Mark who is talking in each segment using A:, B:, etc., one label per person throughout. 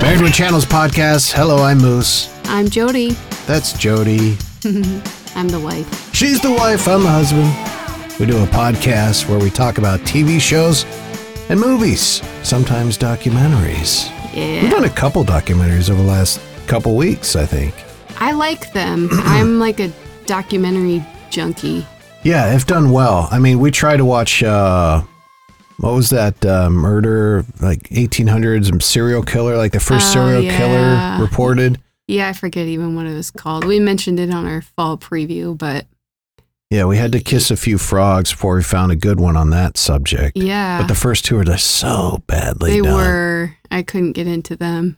A: Nerdwood Channels podcast. Hello, I'm Moose.
B: I'm Jody.
A: That's Jody.
B: I'm the wife.
A: She's the wife, I'm the husband. We do a podcast where we talk about TV shows and movies, sometimes documentaries. We've
B: Yeah.
A: done a couple documentaries over the last couple weeks, I think.
B: I like them. I'm like a documentary junkie.
A: Yeah, if done well. I mean, we try to watch uh what was that uh, murder like 1800s serial killer like the first
B: Oh,
A: serial
B: yeah.
A: killer reported.
B: Yeah, I forget even what it was called. We mentioned it on our fall preview, but
A: Yeah, we had to kiss a few frogs before we found a good one on that subject.
B: yeah,
A: But the first two are just so badly
B: they
A: done.
B: were. I couldn't get into them.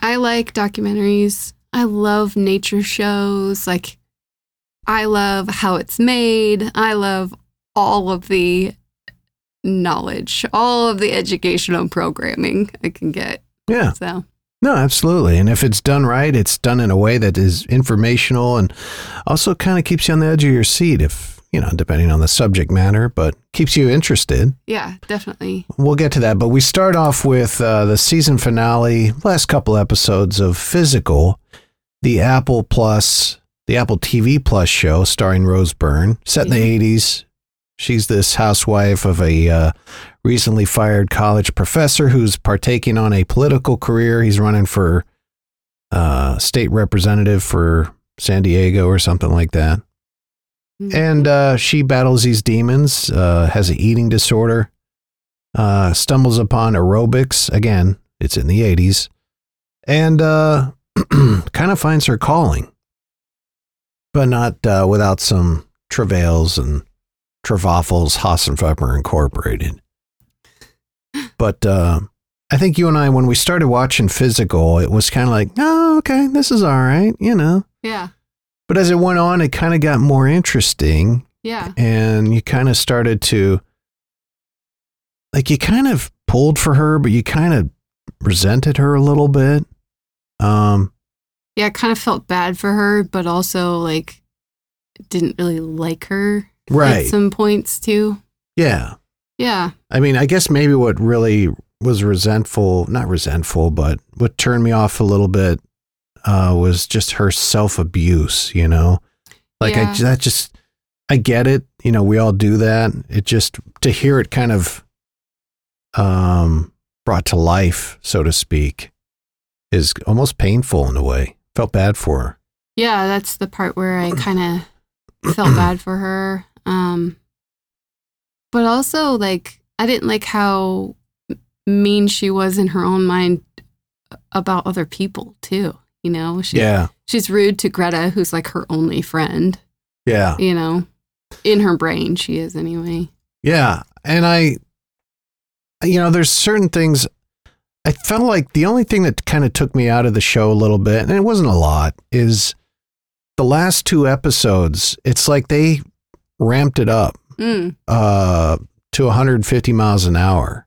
B: I like documentaries. I love nature shows. Like, I love how it's made. I love all of the knowledge, all of the educational programming I can get.
A: Yeah.
B: So.
A: No, absolutely. And if it's done right, it's done in a way that is informational and also kind of keeps you on the edge of your seat if, you know, depending on the subject matter, but keeps you interested.
B: Yeah, definitely.
A: We'll get to that. But we start off with uh, the season finale, last couple episodes of Physical, the Apple Plus, the Apple TV Plus show starring Rose Byrne, set in
B: Mhm.
A: the 80s. She's this housewife of a uh, recently fired college professor who's partaking on a political career. He's running for uh, state representative for San Diego or something like that.
B: Mm-hmm.
A: And uh, she battles these demons, uh, has an eating disorder, uh, stumbles upon aerobics. Again, it's in the 80s. And uh, kind of finds her calling, but not uh, without some travails and travaffles, Hassenfepper Incorporated. But uh, I think you and I, when we started watching Physical, it was kind of like, oh, okay, this is all right, you know.
B: yeah,
A: But as it went on, it kind of got more interesting
B: yeah,
A: and you kind of started to like you kind of pulled for her but you kind of resented her a little bit um
B: yeah. I kind of felt bad for her, but also like didn't really like her at some points too.
A: yeah
B: Yeah,
A: i mean i guess maybe what really was resentful not resentful but what turned me off a little bit uh was just her self-abuse you know like
B: Yeah.
A: i that just i get it you know we all do that it just to hear it kind of um brought to life so to speak is almost painful in a way felt bad for her
B: yeah. That's the part where I kind of felt bad for her. Um, but also like I didn't like how mean she was in her own mind about other people too. You know, she
A: yeah
B: she's rude to Greta, who's like her only friend.
A: yeah
B: You know, in her brain, she is anyway.
A: yeah and i you know there's certain things i felt like the only thing that kind of took me out of the show a little bit and it wasn't a lot is the last two episodes it's like they ramped it up
B: Mm.
A: uh, to 150 miles an hour.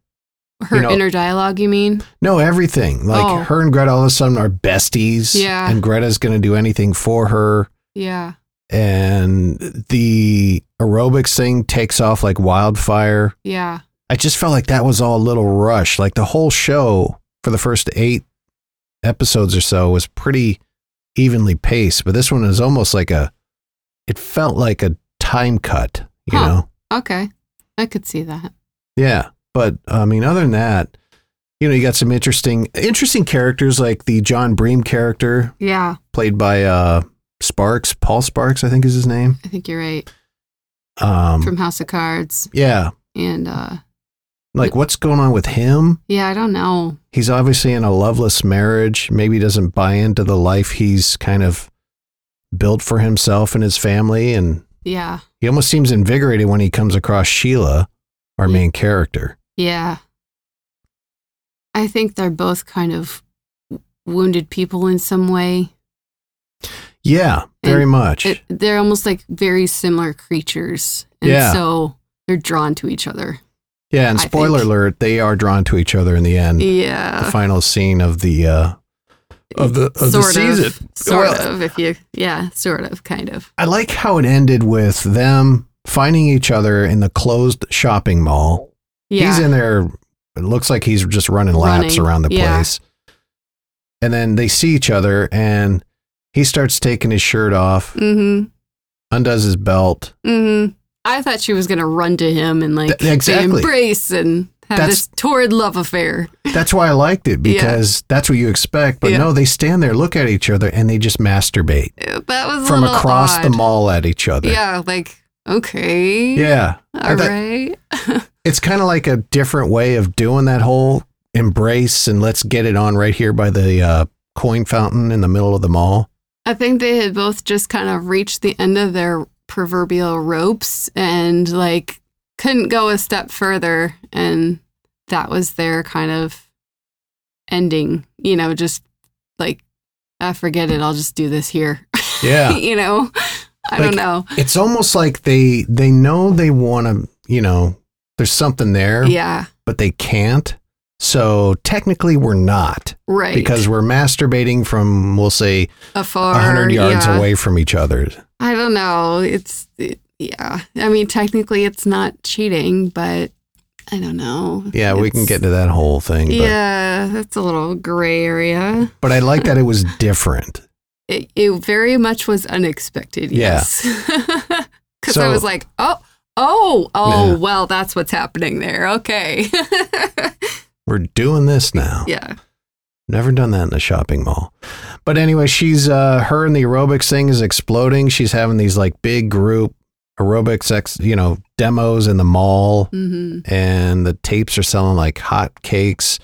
B: Her
A: you know-
B: inner dialogue, you mean?
A: No, everything. Like
B: Oh.
A: her and Greta all of a sudden are besties.
B: Yeah.
A: And Greta's going to do anything for her.
B: Yeah.
A: And the aerobics thing takes off like wildfire.
B: Yeah.
A: I just felt like that was all a little rush. Like the whole show for the first eight episodes or so was pretty evenly paced, but this one is almost like a, it felt like a time cut, you
B: Huh.
A: know?
B: Okay. I could see that.
A: Yeah, but I mean, other than that, you know, you got some interesting, interesting characters like the John Bream character
B: Yeah.
A: played by uh, Sparks, Paul Sparks, I think is his name.
B: I think you're right.
A: Um,
B: From House of Cards.
A: yeah,
B: And uh
A: like what's going on with him?
B: yeah, I don't know.
A: He's obviously in a loveless marriage. Maybe he doesn't buy into the life he's kind of built for himself and his family, and
B: Yeah.
A: he almost seems invigorated when he comes across Sheila, our main character.
B: Yeah. I think they're both kind of wounded people in some way.
A: Yeah, very
B: And
A: much.
B: It, they're almost like very similar creatures. And
A: Yeah.
B: so they're drawn to each other.
A: yeah, and
B: I think-
A: spoiler alert, they are drawn to each other in the end. the
B: Yeah.
A: final scene of the uh, of Oh, the of the season.
B: of. Sort
A: Well-
B: of, if you yeah, sort of, kind of.
A: I like how it ended with them finding each other in the closed shopping mall.
B: Yeah.
A: He's in there. It looks like he's just running laps
B: Running,
A: around the
B: yeah.
A: place. And then they see each other, and he starts taking his shirt off,
B: Mm
A: undoes his belt.
B: hmm. Mm hmm. I thought she was going to run to him and like
A: Th- exactly.
B: embrace and have
A: That's-
B: this torrid love affair.
A: That's why I liked it
B: Yeah.
A: because that's what you expect. But
B: Yeah.
A: no, they stand there, look at each other, and they just masturbate
B: Uh, That was a
A: from
B: little
A: across
B: odd.
A: the mall at each other.
B: Yeah, like, okay.
A: Yeah. I
B: All
A: thought-
B: right.
A: It's kind of like a different way of doing that whole embrace and let's get it on right here by the uh, coin fountain in the middle of the mall.
B: I think they had both just kind of reached the end of their proverbial ropes and like couldn't go a step further. And that was their kind of ending, you know, just like, I forget it. I'll just do this here,
A: Yeah.
B: you know? I
A: Like-
B: don't know.
A: it's almost like they they know they want to, you know, there's something there,
B: Yeah.
A: but they can't. So technically we're not
B: Right.
A: because we're masturbating from we'll say
B: afar,
A: 100 yards
B: yeah.
A: away from each other.
B: I don't know. It's, it, yeah. I mean, technically it's not cheating, but I don't know.
A: Yeah, we can
B: It's-
A: get to that whole thing. But,
B: Yeah, that's a little gray area.
A: but I like that it was different.
B: It, it very much was unexpected.
A: Yeah.
B: Yes. Because I
A: So-
B: was like, oh, oh, oh,
A: Yeah.
B: well, that's what's happening there. Okay.
A: We're doing this now.
B: yeah.
A: Never done that in a shopping mall. But anyway, she's uh her and the aerobics thing is exploding. She's having these like big group aerobics ex, you know, demos in the mall
B: hmm
A: and the tapes are selling like hot cakes.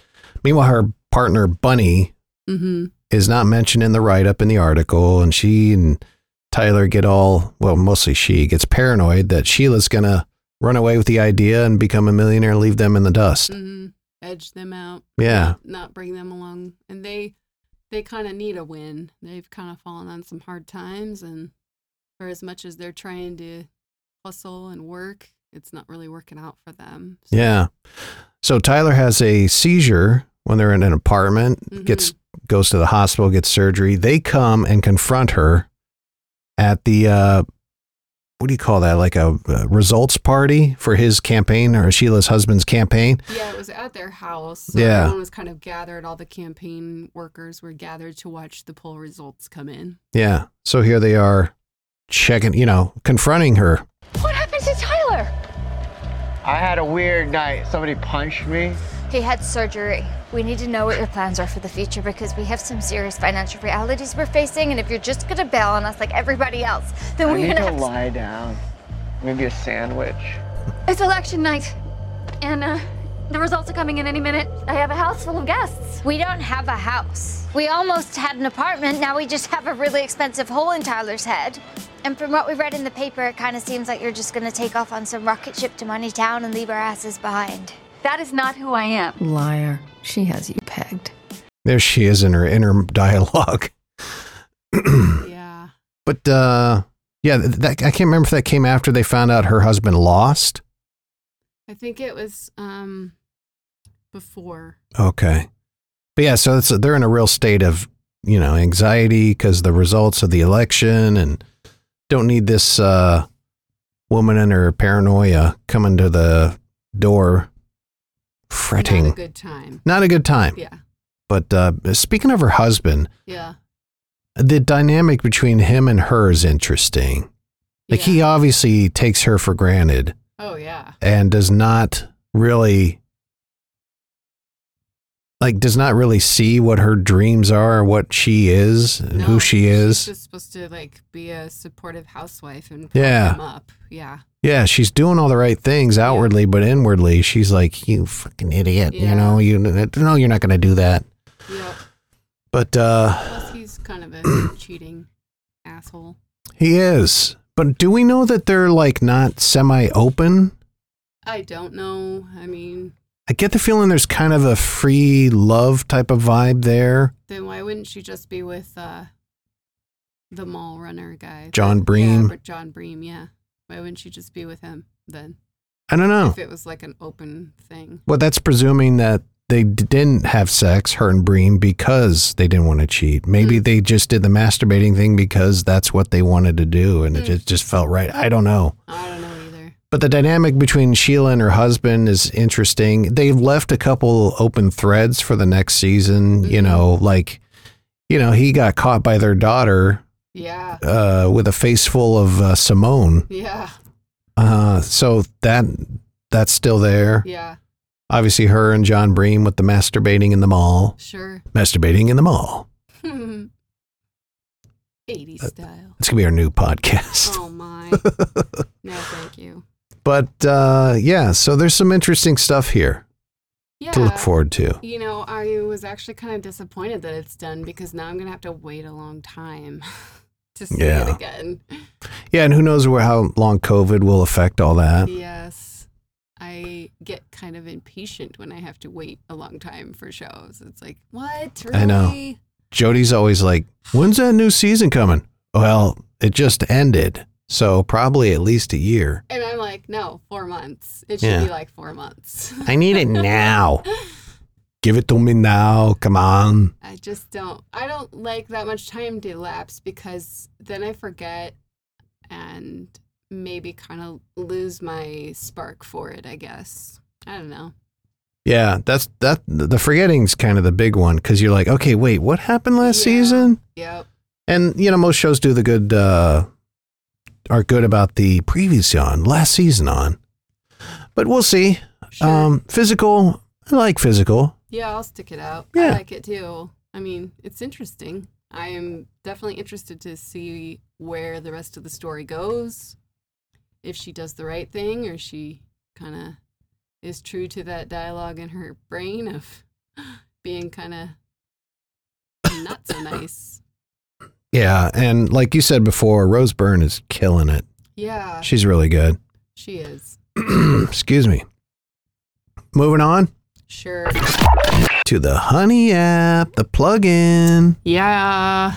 A: Meanwhile, her partner Bunny
B: hmm
A: is not mentioned in the write up in the article and she and Tyler get all well, mostly she gets paranoid that Sheila's going to run away with the idea and become a millionaire and leave them in the dust.
B: hmm Edge them out.
A: Yeah.
B: Not bring them along. And they, they kind of need a win. They've kind of fallen on some hard times. And for as much as they're trying to hustle and work, it's not really working out for them. So-
A: Yeah. So Tyler has a seizure when they're in an apartment,
B: Mhm.
A: gets goes to the hospital, gets surgery. They come and confront her at the uh what do you call that? Like a, uh results party for his campaign or Sheila's husband's campaign.
B: Yeah, it was at their house. So
A: Yeah.
B: Everyone was kind of gathered. All the campaign workers were gathered to watch the poll results come in.
A: Yeah. So here they are checking, you know, confronting her.
C: What happened to Tyler?
D: I had a weird night. Somebody punched me.
C: He had surgery. We need to know what your plans are for the future because we have some serious financial realities we're facing, and if you're just gonna bail on us like everybody else, then
D: I
C: we're
D: need
C: gonna
D: to
C: have
D: lie down. Maybe a sandwich.
C: It's election night, and uh, the results are coming in any minute. I have a house full of guests. We don't have a house. We almost had an apartment. Now we just have a really expensive hole in Tyler's head. And from what we read in the paper, it kind of seems like you're just gonna take off on some rocket ship to Money Town and leave our asses behind. That is not who I am.
E: Liar. She has you pegged.
A: There she is in her inner dialogue.
B: Yeah.
A: But uh yeah, that, I can't remember if that came after they found out her husband lost.
B: I think it was um before.
A: Okay. But yeah, so it's, they're in a real state of, you know, anxiety because the results of the election and don't need this uh, woman and her paranoia coming to the door fretting.
B: Not a good time.
A: time.
B: Yeah.
A: But uh, speaking of her husband,
B: Yeah.
A: the dynamic between him and her is interesting. Like
B: yeah.
A: he obviously takes her for granted
B: Oh yeah.
A: and does not really like does not really see what her dreams are or what she is and
B: No,
A: who she is.
B: She's just supposed to like be a supportive housewife and prop
A: Yeah.
B: him up. Yeah.
A: yeah, she's doing all the right things outwardly, but inwardly she's like, "You fucking idiot!" You
B: Yeah.
A: know, you no, you're not going to do that.
B: Yep.
A: But uh,
B: Plus he's kind of a cheating asshole.
A: he is. But do we know that they're like not semi-open?
B: I don't know. I mean,
A: I get the feeling there's kind of a free love type of vibe there.
B: then why wouldn't she just be with uh the mall runner guy?
A: John
B: Yeah,
A: Bream.
B: but John Bream, yeah. Why wouldn't she just be with him then?
A: I don't know.
B: If it was like an open thing.
A: Well, that's presuming that they d- didn't have sex, her and Bream, because they didn't want to cheat. Maybe they just did the masturbating thing because that's what they wanted to do and it just, just felt right. I don't know.
B: I don't know either.
A: But the dynamic between Sheila and her husband is interesting. They've left a couple open threads for the next season, you know, like you know, he got caught by their daughter
B: Yeah.
A: uh, with a face full of uh, Simone.
B: Yeah.
A: Uh, so that that's still there.
B: Yeah.
A: Obviously, her and John Bream with the masturbating in the mall.
B: Sure.
A: Masturbating in the mall.
B: 80 style.
A: It's gonna be our new podcast.
B: Oh my. no, thank you.
A: But uh, yeah, so there's some interesting stuff here
B: Yeah.
A: to look forward to.
B: You know, I was actually kind of disappointed that it's done because now I'm going to have to wait a long time to see
A: Yeah.
B: it again.
A: Yeah, and who knows where how long COVID will affect all that.
B: Yes. I get kind of impatient when I have to wait a long time for shows. It's like, what? Really?
A: I know. Jody's always like, "When's that new season coming?" Well, it just ended, so probably at least a year.
B: And I'm like, no, four months. It should
A: Yeah.
B: be like four months.
A: I need it now. Give it to me now. Come on.
B: I just don't. I don't like that much time to lapse because then I forget and maybe kind of lose my spark for it. I guess I don't know.
A: Yeah, that's that. The forgetting's kind of the big one because you're like, okay, wait, what happened last
B: Yeah.
A: season?
B: Yep.
A: And you know, most shows do the good uh, are good about the previous on last season on, but we'll see.
B: Sure.
A: Um, physical, I like physical.
B: yeah, I'll stick it out. I
A: Yeah.
B: like it too. I mean, it's interesting. I am definitely interested to see where the rest of the story goes. If she does the right thing, or she kind of is true to that dialogue in her brain of being kind of not so nice.
A: Yeah, and like you said before, Rose Byrne is killing it.
B: Yeah,
A: She's really good.
B: she is.
A: Excuse me. Moving on
B: Sure.
A: to the Honey app, the plugin.
B: Yeah.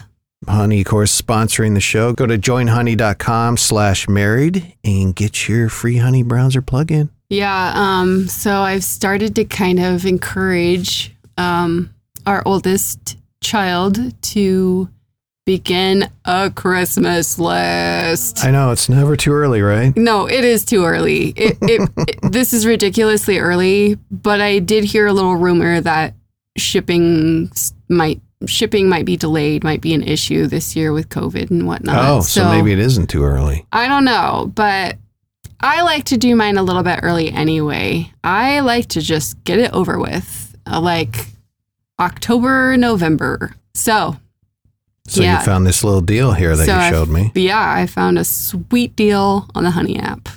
A: Honey, of course, sponsoring the show. Go to joinhoney.com slash married and get your free Honey browser plugin.
B: Yeah. Um, so I've started to kind of encourage um, our oldest child to begin a Christmas list.
A: I know, it's never too early, right?
B: No, it is too early. It, it, it- this is ridiculously early, but I did hear a little rumor that shipping s- might shipping might be delayed, might be an issue this year with COVID and whatnot.
A: oh, so, maybe it isn't too early.
B: I don't know, but I like to do mine a little bit early anyway. I like to just get it over with, uh, like October, November. So,
A: So
B: Yeah.
A: you found this little deal here that
B: So
A: you
B: I-
A: showed me.
B: yeah, I found a sweet deal on the Honey app.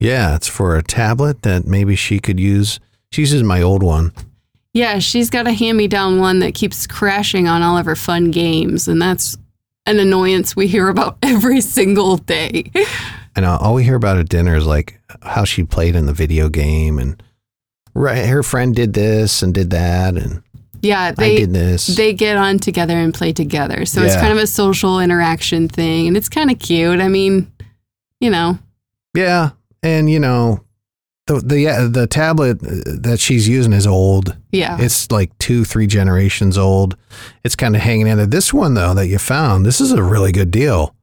A: Yeah, it's for a tablet that maybe she could use. She uses my old one.
B: Yeah, she's got a hand me down one that keeps crashing on all of her fun games, and that's an annoyance we hear about every single day.
A: And uh, all we hear about at dinner is like how she played in the video game and right, her friend did this and did that and
B: yeah,
A: I
B: they
A: did this.
B: they get on together and play together. So it's
A: Yeah.
B: kind of a social interaction thing and it's kind of cute. I mean, you know,
A: yeah, and you know the the uh, the tablet uh, that she's using is old.
B: yeah.
A: It's like 2 3 generations old. It's kind of hanging in there. This one though that you found, this is a really good deal.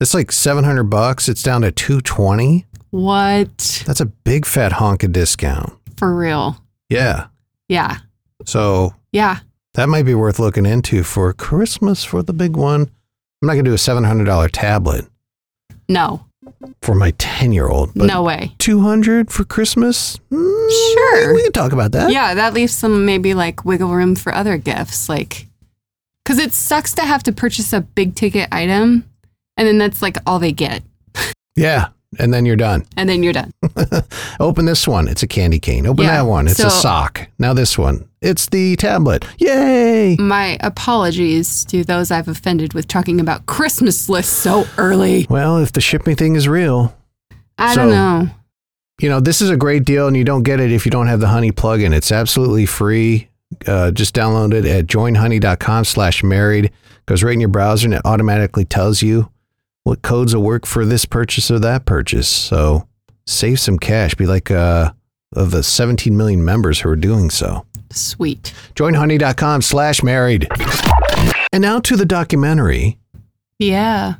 A: It's like 700 bucks. It's down to 220.
B: what?
A: That's a big fat honk of discount.
B: For real.
A: Yeah.
B: Yeah.
A: So
B: Yeah.
A: That might be worth looking into for Christmas for the big one. I'm not going to do a $700 tablet
B: No.
A: for my 10 year old, but
B: no way.
A: 200 for Christmas? Mm,
B: Sure.
A: We can talk about that.
B: Yeah, that leaves some maybe like wiggle room for other gifts like cuz it sucks to have to purchase a big ticket item and then that's like all they get
A: Yeah. And then you're done.
B: and then you're done.
A: Open this one. It's a candy cane. Open
B: Yeah,
A: that one. It's
B: so-
A: a sock. Now this one. It's the tablet. Yay.
B: My apologies to those I've offended with talking about Christmas lists so early.
A: Well, if the shipping thing is real,
B: I
A: So-
B: don't know.
A: you know, this is a great deal and you don't get it if you don't have the honey plugin. It's absolutely free. Uh, just download it at joinhoney.com slash married. Goes right in your browser and it automatically tells you what codes will work for this purchase or that purchase. So save some cash. Be like uh, of the 17 million members who are doing so.
B: Sweet.
A: Joinhoney.com slash married. And now to the documentary,
B: Yeah.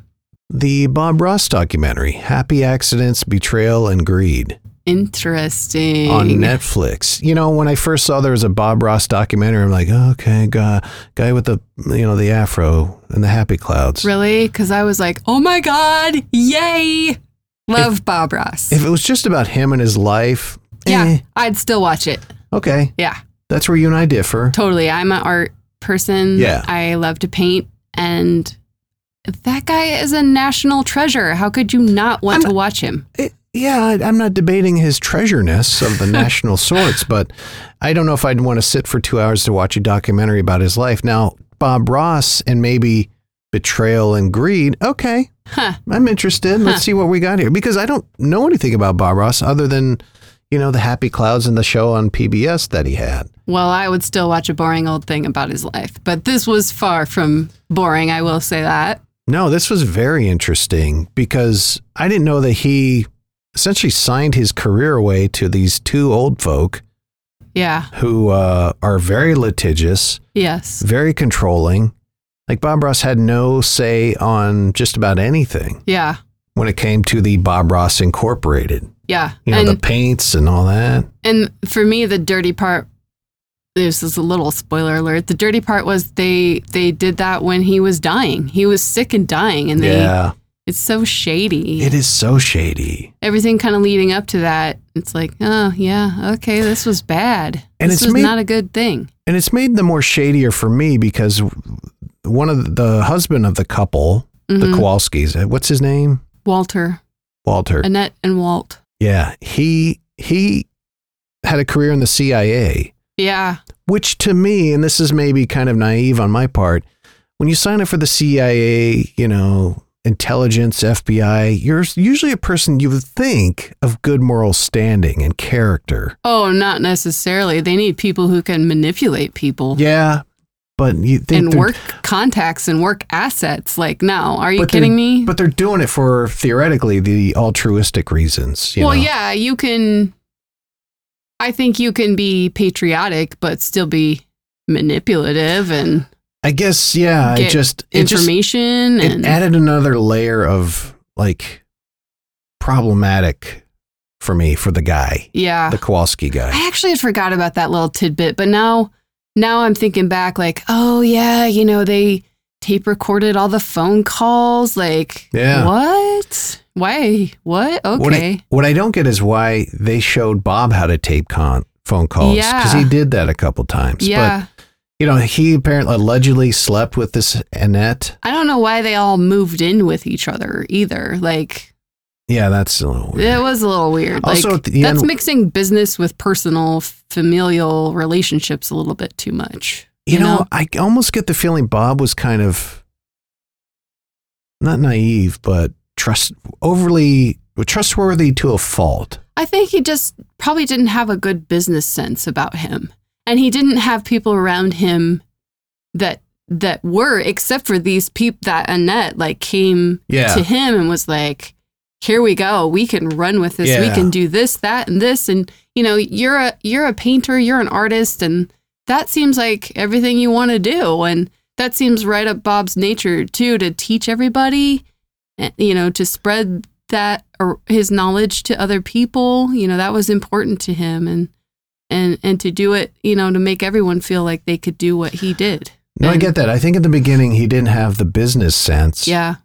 A: the Bob Ross documentary, Happy Accidents, Betrayal, and Greed.
B: Interesting.
A: on Netflix. You know, when I first saw there was a Bob Ross documentary, I'm like, okay, guy, guy with the you know the afro and the happy clouds.
B: Really? Because I was like, oh my God, yay. Love Bob Ross.
A: If it was just about him and his life,
B: yeah,
A: eh,
B: I'd still watch it.
A: okay,
B: Yeah,
A: that's where you and I differ.
B: totally. I'm an art person.
A: Yeah.
B: I love to paint. And that guy is a national treasure. How could you not want to watch him?
A: It- yeah, I- I'm not debating his treasureness of the national sorts, but I don't know if I'd want to sit for two hours to watch a documentary about his life. Now, Bob Ross and maybe betrayal and greed. Okay,
B: Huh.
A: I'm interested. Let's see what we got here because I don't know anything about Bob Ross other than you know the Happy Clouds and the show on PBS that he had.
B: Well, I would still watch a boring old thing about his life. But this was far from boring, I will say that.
A: No, this was very interesting because I didn't know that he essentially signed his career away to these two old folk
B: Yeah.
A: who uh, are very litigious,
B: Yes.
A: very controlling. Like Bob Ross had no say on just about anything
B: Yeah.
A: when it came to the Bob Ross Incorporated.
B: Yeah.
A: You know,
B: and
A: the paints and all that.
B: and for me the dirty part this is a little spoiler alert. The dirty part was they they did that when he was dying. He was sick and dying and they
A: yeah.
B: it's so shady.
A: It is so shady.
B: Everything kind of leading up to that. It's like, oh yeah, okay, this was bad.
A: And
B: this
A: it's
B: was
A: made-
B: not a good thing.
A: And it's made the more shadier for me because one of the, the husband of the couple, the
B: Mhm.
A: Kowalskis, uh, what's his name?
B: Walter,
A: Walter.
B: Annette and Walt.
A: yeah. He he had a career in the CIA.
B: Yeah.
A: which to me, and this is maybe kind of naive on my part, when you sign up for the CIA, you know, intelligence, FBI, you're usually a person you would think of good moral standing and character.
B: Oh, not necessarily. They need people who can manipulate people
A: Yeah, but you think
B: and
A: they're-
B: work contacts and work assets. Like, no, are you
A: but they're-
B: kidding me?
A: But they're doing it for theoretically the altruistic reasons. You
B: well,
A: know?
B: yeah, you can. I think you can be patriotic, but still be manipulative and
A: I guess. Yeah, I
B: Get
A: just it just
B: information
A: it
B: and
A: added another layer of like problematic for me for the guy,
B: yeah.
A: the Kowalski guy.
B: I actually had forgot about that little tidbit, but now now I'm thinking back, like, oh yeah, you know they tape recorded all the phone calls. Like,
A: Yeah.
B: what? Why? What?
A: What I-
B: Okay.
A: What I, don't get is why they showed Bob how to tape con- phone calls because
B: Yeah.
A: he did that a couple times.
B: yeah.
A: But you know, he apparently allegedly slept with this Annette.
B: I don't know why they all moved in with each other either. Like
A: Yeah, that's a little weird.
B: it was a little weird.
A: Also,
B: like
A: at the
B: that's
A: end-
B: mixing business with personal familial relationships a little bit too much.
A: you know, I almost get the feeling Bob was kind of not naive, but trust overly trustworthy to a fault.
B: I think he just probably didn't have a good business sense about him. And he didn't have people around him that that were except for these people that Annette like came
A: Yeah.
B: to him and was like, "Here we go. We can run with this. We
A: Yeah.
B: can do this, that and this and you know, you're a you're a painter, you're an artist and that seems like everything you want to do and that seems right up Bob's nature too to teach everybody and, eh, you know, to spread that or his knowledge to other people, you know, that was important to him and and and to do it, you know, to make everyone feel like they could do what he did.
A: No, I
B: And-
A: get that. I think at the beginning he didn't have the business sense.
B: Yeah.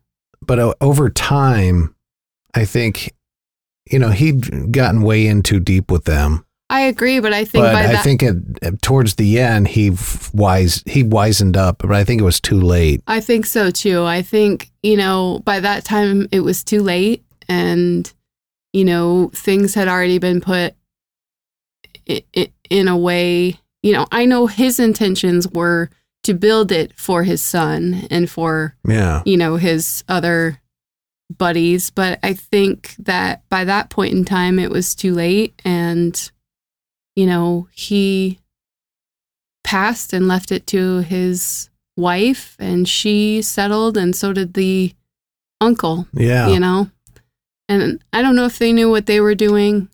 A: but o- over time, I think, you know, he'd gotten way in too deep with them.
B: I agree, but I think
A: But
B: by
A: I
B: that
A: think it, towards the end, he f- wise he wisened up. But I think it was too late.
B: I think so too. I think, you know, by that time it was too late and, you know, things had already been put i- i- in a way. You know, I know his intentions were to build it for his son and for,
A: Yeah,
B: you know, his other buddies, but I think that by that point in time it was too late and, you know, he passed and left it to his wife and she settled and so did the uncle
A: yeah.
B: you know and i don't know if they knew what they were doing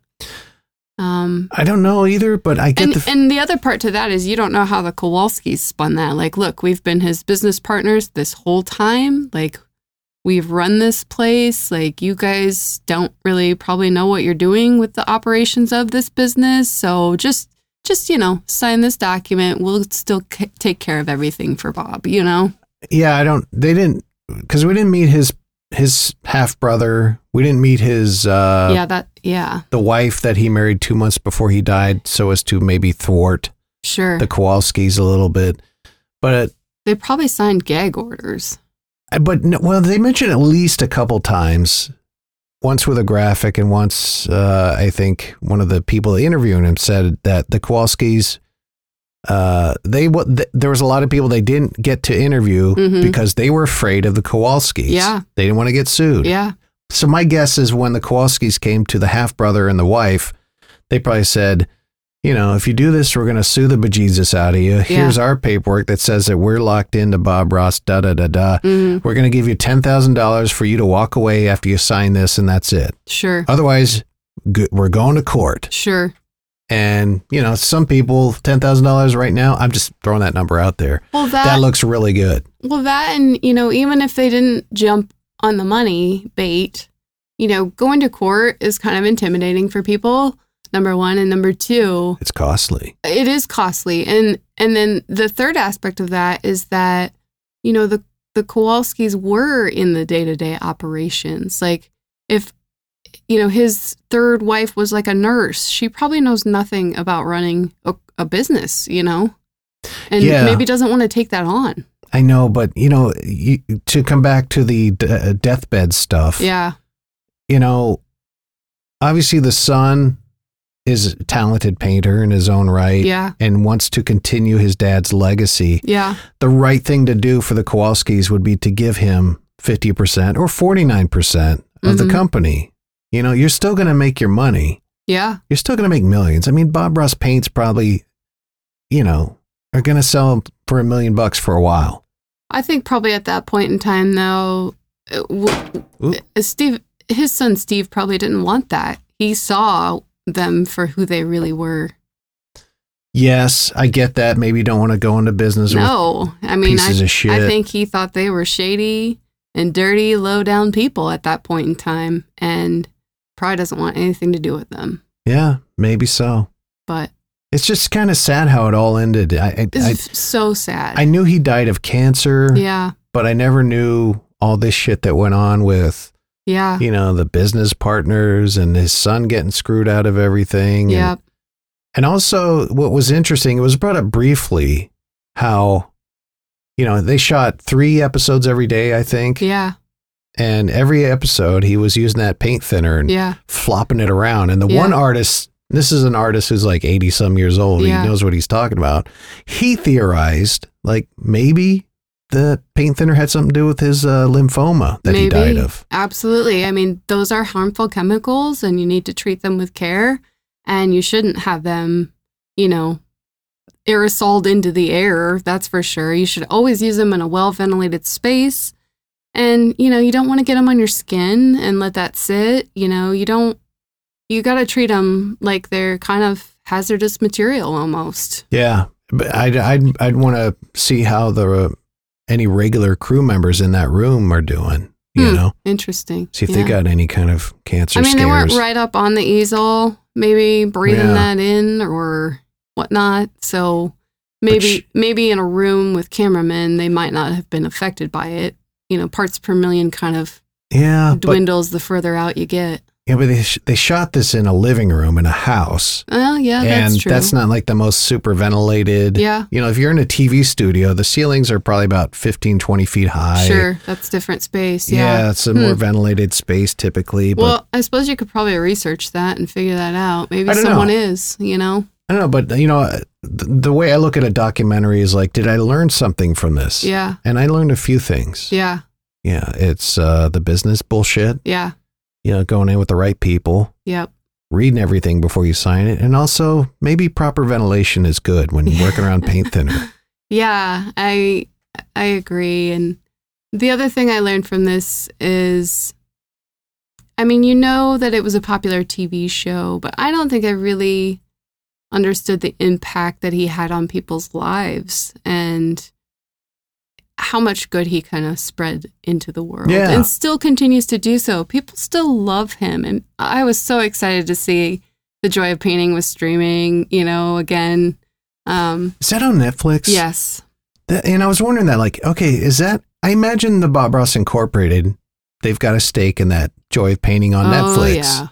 B: um
A: I don't know either, but I get
B: and,
A: the f-
B: and the other part to that is you don't know how the Kowalskis spun that. Like, look, we've been his business partners this whole time. Like, We've run this place. Like, you guys don't really probably know what you're doing with the operations of this business. So just, just, you know, sign this document. We'll still c- take care of everything for Bob, you know?
A: yeah, I don't. They didn't because we didn't meet his his half brother. We didn't meet his uh,
B: yeah, that, yeah,
A: the wife that he married two months before he died, so as to maybe thwart
B: sure.
A: the Kowalskis a little bit. But
B: they probably signed gag orders.
A: but no, well, they mentioned at least a couple times. Once with a graphic, and once uh, I think one of the people interviewing him said that the Kowalskis. Uh, they what th- there was a lot of people they didn't get to interview
B: Mhm.
A: because they were afraid of the Kowalskis.
B: Yeah.
A: they didn't want to get sued.
B: Yeah.
A: So my guess is when the Kowalskis came to the half brother and the wife, they probably said, you know, if you do this, we're going to sue the bejesus out of you. Here's our paperwork that says that we're locked into Bob Ross. Da da da da.
B: Mm,
A: We're going to give you ten thousand dollars for you to walk away after you sign this, and that's it.
B: sure.
A: Otherwise, g- we're going to court.
B: Sure.
A: And you know, some people ten thousand dollars right now. I'm just throwing that number out there.
B: Well, that,
A: That looks really good.
B: Well, that and you know, even if they didn't jump on the money bait, you know, going to court is kind of intimidating for people. Number one and number two,
A: It's costly.
B: it is costly, and and then the third aspect of that is that you know the the Kowalskis were in the day to day operations. Like if you know his third wife was like a nurse, she probably knows nothing about running a, a business, you know, and
A: Yeah.
B: maybe doesn't want to take that on.
A: I know, but you know, you, to come back to the d- uh, deathbed stuff.
B: Yeah.
A: you know, obviously the son is a talented painter in his own right
B: Yeah.
A: and wants to continue his dad's legacy.
B: Yeah.
A: The right thing to do for the Kowalskis would be to give him 50% or 49% percent of the
B: Mhm.
A: company. You know, you're still going to make your money.
B: Yeah.
A: You're still going to make millions. I mean, Bob Ross paints probably, you know, are going to sell for a million bucks for a while.
B: I think probably at that point in time, though, it w-
A: Oop.
B: uh, Steve, his son Steve, probably didn't want that. He saw them for who they really were.
A: Yes, I get that. Maybe you don't want to go into business with
B: No, I mean, I,
A: pieces of shit.
B: I think he thought they were shady and dirty, low down people at that point in time, and probably doesn't want anything to do with them.
A: yeah, maybe so.
B: But
A: It's just kind of sad how it all ended. I I,
B: it's so sad.
A: I, I knew he died of cancer,
B: yeah.
A: but I never knew all this shit that went on with
B: Yeah.
A: you know the business partners and his son getting screwed out of everything.
B: Yeah.
A: And, and also, what was interesting, it was brought up briefly how you know they shot three episodes every day, I think,
B: Yeah.
A: and every episode he was using that paint thinner and
B: Yeah.
A: flopping it around. And the
B: Yeah.
A: one artist, this is an artist who's like 80 some years old.
B: Yeah.
A: He knows what he's talking about. He theorized like maybe the paint thinner had something to do with his uh, lymphoma that he died of.
B: Absolutely. I mean, those are harmful chemicals and you need to treat them with care and you shouldn't have them, you know, aerosoled into the air, that's for sure. You should always use them in a well ventilated space. And, you know, you don't want to get them on your skin and let that sit. You know, you don't, you got to treat them like they're kind of hazardous material almost.
A: Yeah. But I'd, I'd, I'd want to see how the uh, any regular crew members in that room are doing, you
B: Hmm.
A: know,
B: Interesting.
A: see if
B: Yeah.
A: they got any kind of cancer
B: I mean,
A: scares.
B: they weren't right up on the easel, maybe breathing
A: Yeah.
B: that in or whatnot. So maybe
A: sh-
B: maybe in a room with cameramen, they might not have been affected by it. You know, parts per million kind of
A: yeah, but,
B: dwindles the further out you get.
A: yeah, but they, sh- they shot this in a living room in a house.
B: Well, yeah,
A: and
B: Oh, that's true.
A: that's not like the most super ventilated.
B: Yeah.
A: You know, if you're in a TV studio, the ceilings are probably about 15, 20 feet high.
B: sure, that's different space.
A: Yeah,
B: Yeah.
A: it's a
B: Hmm.
A: more ventilated space typically. But
B: well, I suppose you could probably research that and figure that out. Maybe
A: I don't
B: someone
A: know.
B: is, you know?
A: I don't know. But, you know, th- the way I look at a documentary is like, did I learn something from this?
B: Yeah.
A: And I learned a few things.
B: Yeah.
A: Yeah, it's uh, the business bullshit,
B: Yeah.
A: you know, going in with the right people,
B: Yep.
A: reading everything before you sign it. And also, maybe proper ventilation is good when you're working around paint thinner.
B: Yeah, I I agree. And the other thing I learned from this is I mean, you know that it was a popular TV show, but I don't think I really understood the impact that he had on people's lives. And how much good he kind of spread into the world
A: Yeah.
B: and still continues to do so. People still love him. And I was so excited to see The Joy of Painting was streaming, you know, again. Um,
A: Is that on Netflix?
B: yes.
A: That- and I was wondering that, like, okay, is that? I imagine the Bob Ross Incorporated, they've got a stake in that Joy of Painting on
B: Oh,
A: Netflix.
B: yeah.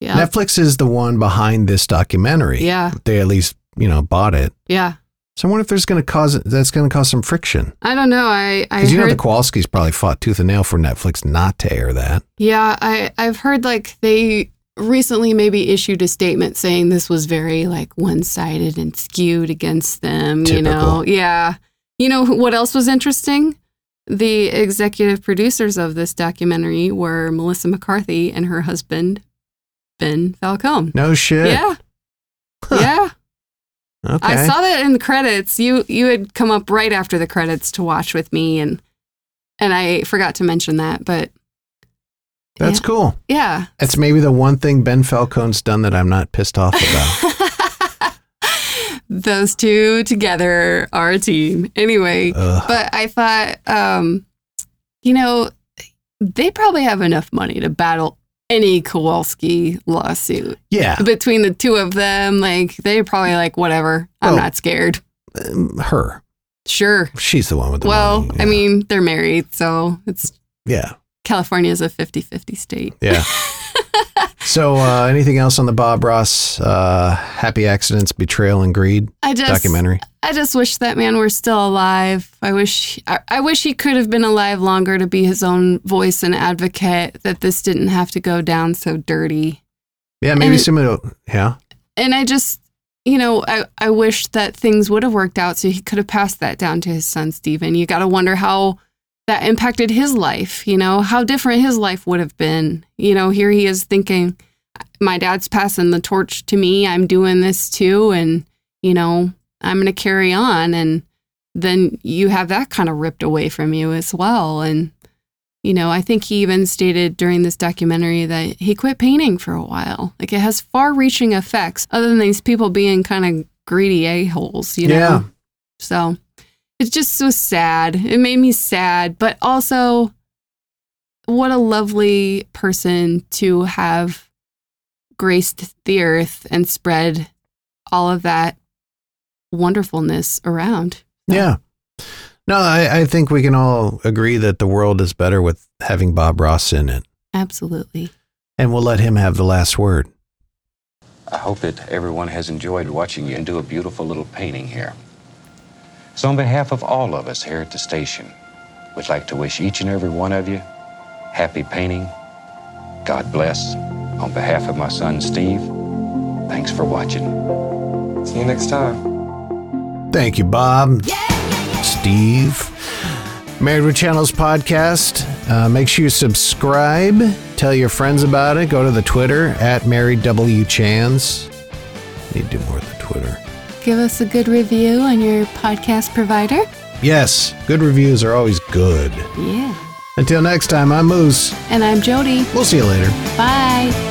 B: Yeah.
A: Netflix is the one behind this documentary.
B: Yeah.
A: They at least, you know, bought it.
B: Yeah.
A: So I wonder if there's going to cause that's going to cause some friction
B: I don't know. I, I
A: because you know the
B: heard
A: Kowalskis probably fought tooth and nail for Netflix not to air that.
B: Yeah, I I've heard like they recently maybe issued a statement saying this was very like one-sided and skewed against them, you know.
A: Typical.
B: Yeah. You know who- what else was interesting? The executive producers of this documentary were Melissa McCarthy and her husband Ben Falcone.
A: No shit.
B: Yeah. Yeah.
A: Okay.
B: I saw that in the credits. You you had come up right after the credits to watch with me and and I forgot to mention that, but
A: That's cool.
B: yeah.
A: That's maybe the one thing Ben Falcone's done that I'm not pissed off about.
B: those two together are a team anyway
A: Ugh.
B: but i thought um you know they probably have enough money to battle any kowalski lawsuit
A: Yeah,
B: between the two of them like they're probably like whatever i'm
A: Well-
B: not scared
A: um, her.
B: sure
A: She's the one with the
B: well
A: money.
B: i
A: Yeah.
B: mean they're married so it's
A: yeah,
B: california is a 50-50 state
A: yeah. so, uh, anything else on the Bob Ross uh, Happy Accidents, Betrayal, and Greed
B: i just
A: documentary?
B: I just wish that man were still alive. I wish I, I wish he could have been alive longer to be his own voice and advocate that this didn't have to go down so dirty.
A: Yeah, maybe
B: and-
A: some of the yeah.
B: And I just you know, I, I wish that things would have worked out so he could have passed that down to his son Steven. You gotta wonder how that impacted his life, you know, how different his life would have been. You know, here he is thinking, My dad's passing the torch to me, I'm doing this too, and you know, I'm gonna carry on and then you have that kind of ripped away from you as well. And, you know, I think he even stated during this documentary that he quit painting for a while. Like it has far reaching effects other than these people being kind of greedy a-holes, you know?
A: Yeah.
B: So it just was sad. It made me sad, but also what a lovely person to have graced the earth and spread all of that wonderfulness around.
A: Yeah. No, I, I think we can all agree that the world is better with having Bob Ross in it.
B: Absolutely.
A: And we'll let him have the last word.
F: I hope that everyone has enjoyed watching you do a beautiful little painting here. So, on behalf of all of us here at the station, we'd like to wish each and every one of you happy painting. God bless. On behalf of my son Steve, thanks for watching.
G: See you next time.
A: Thank you, Bob. Steve. Married with Channels podcast. Uh, make sure you subscribe. Tell your friends about it. Go to the Twitter at Married W Chans. Need to do more than Twitter.
B: Give us a good review on your podcast provider.
A: Yes, good reviews are always good.
B: Yeah.
A: Until next time, I'm Moose.
B: And I'm Jody.
A: We'll see you later.
B: Bye.